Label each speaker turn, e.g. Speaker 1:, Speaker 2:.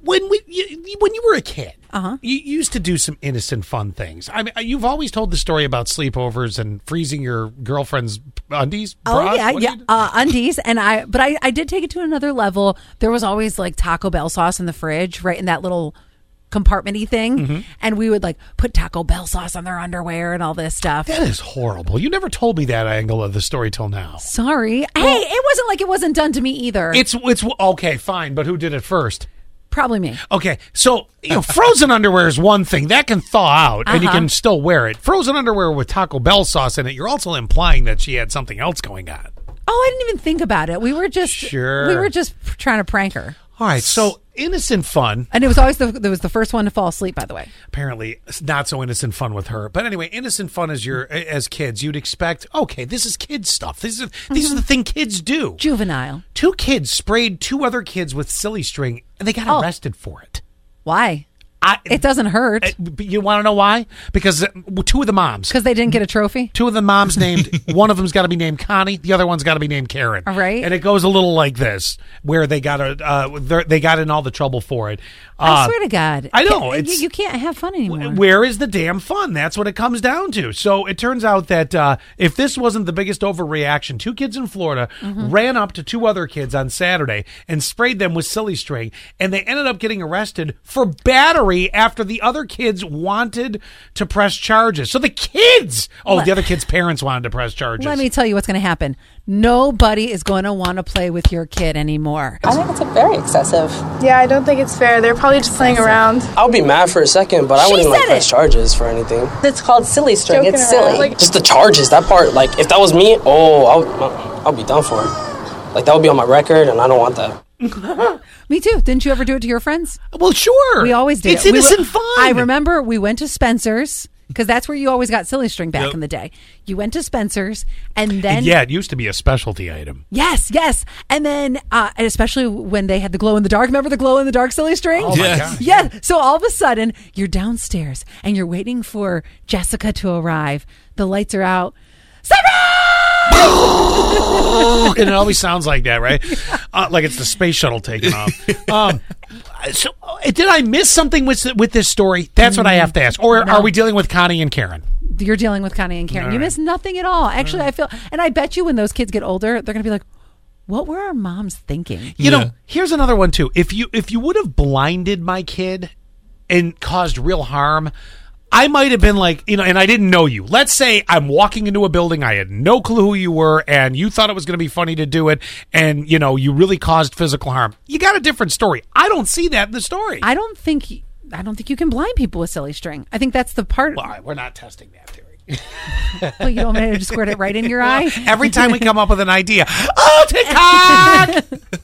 Speaker 1: when we you, you- when you were a kid,
Speaker 2: Uh-huh.
Speaker 1: you used to do some innocent, fun things. I mean, uh, you've always told the story about sleepovers and freezing your girlfriend's undies.
Speaker 2: Oh
Speaker 1: bras.
Speaker 2: yeah,
Speaker 1: What did
Speaker 2: yeah,
Speaker 1: you do?
Speaker 2: uh, undies, and I. But I, I did take it to another level. There was always like Taco Bell sauce in the fridge, right in that little compartmenty thing,
Speaker 1: Mm-hmm.
Speaker 2: and we would like put Taco Bell sauce on their underwear and all this stuff.
Speaker 1: That is horrible. You never told me that angle of the story till now.
Speaker 2: Sorry, hey, it wasn't like it wasn't done to me either.
Speaker 1: It's it's okay, fine, but who did it first?
Speaker 2: Probably me.
Speaker 1: Okay, so you know, frozen underwear is one thing that can thaw out and
Speaker 2: Uh-huh.
Speaker 1: you can still wear it. Frozen underwear with Taco Bell sauce in it, you're also implying that she had something else going on.
Speaker 2: Oh, I didn't even think about it. We were just
Speaker 1: Sure.
Speaker 2: we were just trying to prank her,
Speaker 1: All right, so innocent fun,
Speaker 2: and it was always the there was the first one to fall asleep. By the way,
Speaker 1: apparently it's not so innocent fun with her. But anyway, innocent fun as your as kids, you'd expect. Okay, this is kids stuff. This is these are the thing kids do.
Speaker 2: juvenile.
Speaker 1: Two kids sprayed two other kids with silly string, and they got
Speaker 2: Oh.
Speaker 1: arrested for it.
Speaker 2: Why?
Speaker 1: I,
Speaker 2: It doesn't hurt
Speaker 1: But you want to know why? Because uh, two of the moms,
Speaker 2: because they didn't get a trophy.
Speaker 1: two of the moms named, one of them's got to be named Connie, the other one's got to be named Karen.
Speaker 2: All right.
Speaker 1: And it goes a little like this, where they got a, uh, they're- they got in all the trouble for it. Uh,
Speaker 2: I swear to God,
Speaker 1: I know,
Speaker 2: Can't-
Speaker 1: it's-
Speaker 2: you, you can't have fun anymore.
Speaker 1: where is the damn fun? That's what it comes down to. So it turns out that uh, if this wasn't the biggest overreaction, two kids in Florida
Speaker 2: Mm-hmm.
Speaker 1: ran up to two other kids on Saturday and sprayed them with silly string, and they ended up getting arrested for battery after the other kids wanted to press charges. So the kids, oh, the other kids' parents wanted to press charges.
Speaker 2: Let me tell you what's going to happen. Nobody is going to want to play with your kid anymore.
Speaker 3: I think it's a very excessive.
Speaker 4: Yeah, I don't think it's fair. They're probably just playing around.
Speaker 5: I'll be mad for a second, but I
Speaker 2: She
Speaker 5: wouldn't like
Speaker 2: said
Speaker 5: press
Speaker 2: it.
Speaker 5: charges for anything.
Speaker 3: It's called silly string.
Speaker 4: Joking
Speaker 3: it's
Speaker 4: around.
Speaker 3: silly.
Speaker 4: Like-
Speaker 5: Just the charges, that part. Like, if that was me, oh, I'll, I'll be done for. Like, that would be on my record, and I don't want that.
Speaker 2: Me too. Didn't you ever do it to your friends?
Speaker 1: Well, sure.
Speaker 2: We always did.
Speaker 1: Uh, It's
Speaker 2: it. We
Speaker 1: innocent
Speaker 2: went-
Speaker 1: fun.
Speaker 2: I remember we went to Spencer's because that's where you always got silly string back in the day. You went to Spencer's and then
Speaker 1: yeah, it used to be a specialty item.
Speaker 2: yes, yes, and then uh, and especially when they had the glow in the dark. Remember the glow in the dark silly string?
Speaker 1: Oh, my
Speaker 6: Yes.
Speaker 1: gosh.
Speaker 2: Yeah. So all of a sudden, you're downstairs and you're waiting for Jessica to arrive. The lights are out.
Speaker 1: and it always sounds like that, right? Uh, like it's the space shuttle taking off. Um, so, uh, did I miss something with with this story? That's what I have to ask. Or are we dealing with Connie and Karen?
Speaker 2: you're dealing with Connie and Karen. You miss nothing at all. Actually, I feel, and I bet you when those kids get older, they're going to be like, what were our moms thinking?
Speaker 1: You
Speaker 6: Yeah.
Speaker 1: know, here's another one too. If you if you would have blinded my kid and caused real harm, I might have been like, you know, and I didn't know you. Let's say I'm walking into a building, I had no clue who you were, and you thought it was going to be funny to do it, and you know, you really caused physical harm. You got a different story. I don't see that in the story.
Speaker 2: I don't think, I don't think you can blind people with silly string. I think that's the part,
Speaker 1: All right, we're not testing that theory.
Speaker 2: but you don't want me to just squirt it right in your eye.
Speaker 1: Every time we come up with an idea, oh TikTok!